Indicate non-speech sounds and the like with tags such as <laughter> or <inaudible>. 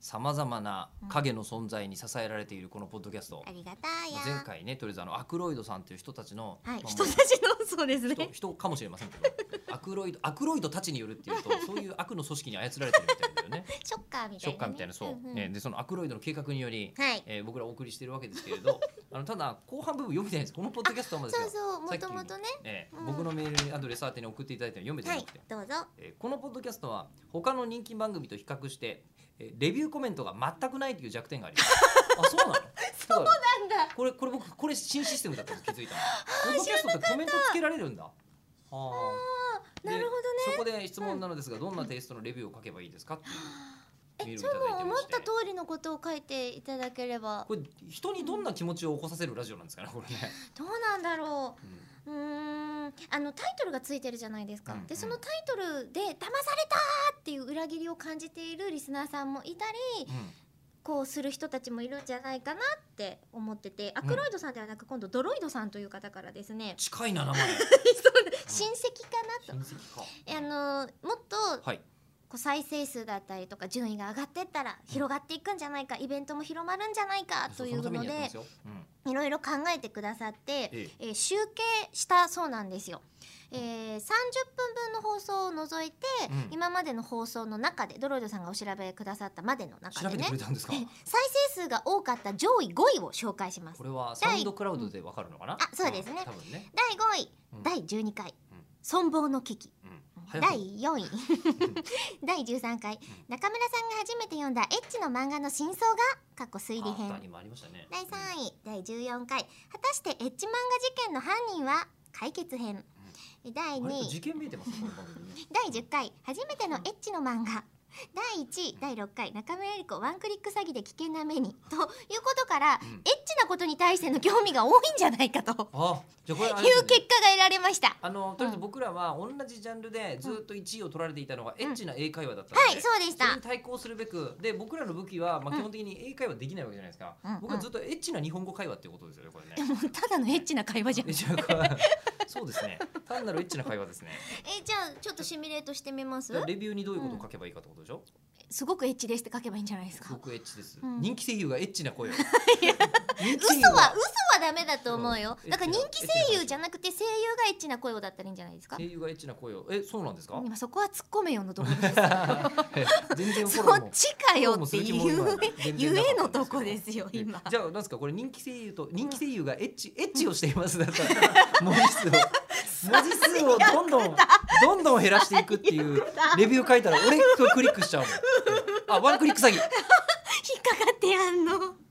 さまざまな影の存在に支えられているこのポッドキャストあ、りがたいや。前回ねとりあえずあのアクロイドさんという人たちの、はい、まあ人もうたちのそうですね人。人かもしれませんけどアクロイドアクロイドたちによるっていうとそういう悪の組織に操られてるみたい <laughs> だよねショッカーみたいな、ね。ショッカーみたいなそう、んんね、でそのアクロイドの計画により、はい。えー僕らお送りしてるわけですけれ <laughs> どあのただ後半部分読めてないんですこのポッドキャストはまだですそようそう、もさっきともとね。えーうん僕のメールアドレス宛てに送っていただいたの読めてはないくて、、どうぞ。えーこのポッドキャストは他の人気番組と比較して、えーレビューコメントが全くないという弱点があ <laughs> りますあそうなのそうだなんだ。これこれ僕これ新システムだったの気づいたのポッドキャストってコメントつけられるんだあーでなるほどね。そこで質問なのですが、どんなテイストのレビューを書けばいいですかっていうメールをいじゃただいあもうて思まっしてた通りのことを書いていただければこれ人にどんな気持ちを起こさせるラジオなんですかねこれ <laughs> ね、どうなんだろうんううーんあのタイトルがついてるじゃないですか、うんでうんそのタイトルで「騙された!」っていう裏切りを感じているリスナーさんもいたりうんこうする人たちもいるんじゃないかなって思っててアクロイドさんではなく今度ドロイドさんという方からですね、近いな名前 <laughs> 親戚か親なと戚かあのもっとはいこう再生数だったりとか順位が上がってったら広がっていくんじゃないかイベントも広まるんじゃないかというそのためのにやってまですよ、うんいろいろ考えてくださって、ええー集計したそうなんですよ。えー、30分分の放送を除いて、うん今までの放送の中でドロイドさんがお調べくださったまでの中調でべてねくれたんですかえ <laughs> 再生数が多かった上位5位を紹介しますこれはサウンドクラウドでわかるのかな、あそうですね多分ね、第5位、うん第12回、うん存亡の危機うん、第早く4位第13回中村さんが初めて読んだエッチの漫画の真相が過去推理あ編今ありましたね第3位第14回果たしてエッチ漫画事件の犯人は解決編第うん2割と位事件見えてますねこの番組ね第10回初めてのエッチの漫画第1位第6回中村江里子ワンクリック詐欺で危険な目にということから、うんエッチなことに対しての興味が多いんじゃないかとあじゃあこれあれいですうね結果が得られました。あのとりあえず僕らは同じジャンルでずっと1位を取られていたのがエッチな英会話だったので、はい、そうでしそれたに。対抗するべくで僕らの武器は、まあ、うん基本的に英会話できないわけじゃないですか、うん僕はずっとエッチな日本語会話っていうことですよねこれね <laughs> <laughs> でもただのエッチな会話じゃエん。えッチな会話そうですね単なるエッチな会話ですねじゃあちょっとシミュレートしてみますだからレビューにどういうことを書けばいいかってことでしょ、すごくエッチですって書けばいいんじゃないですすかご。くエッチです、うん人気声優がエッチな声 <laughs> を人気嘘声優は嘘はダメだと思うようん。だから人気声優じゃなくて声優がエッチな声をだったらいいんじゃないですか声。優がエッチな声をえそうなんですか今そこは突っ込めよのところです。え <laughs> 全然フォロそーっもちかよっフォローていうもする気も今全然なかゆえったんのですけどとこですよ今。じゃあなんですかこれ人気声優と人気声優がエッチ、エッチをしていますだったら <laughs> 文字数を文字数をどんどんどんどん減らしていくっていうレビュー書いたら俺今日クリックしちゃうもん。あワンクリック詐欺。引っかかってやんの。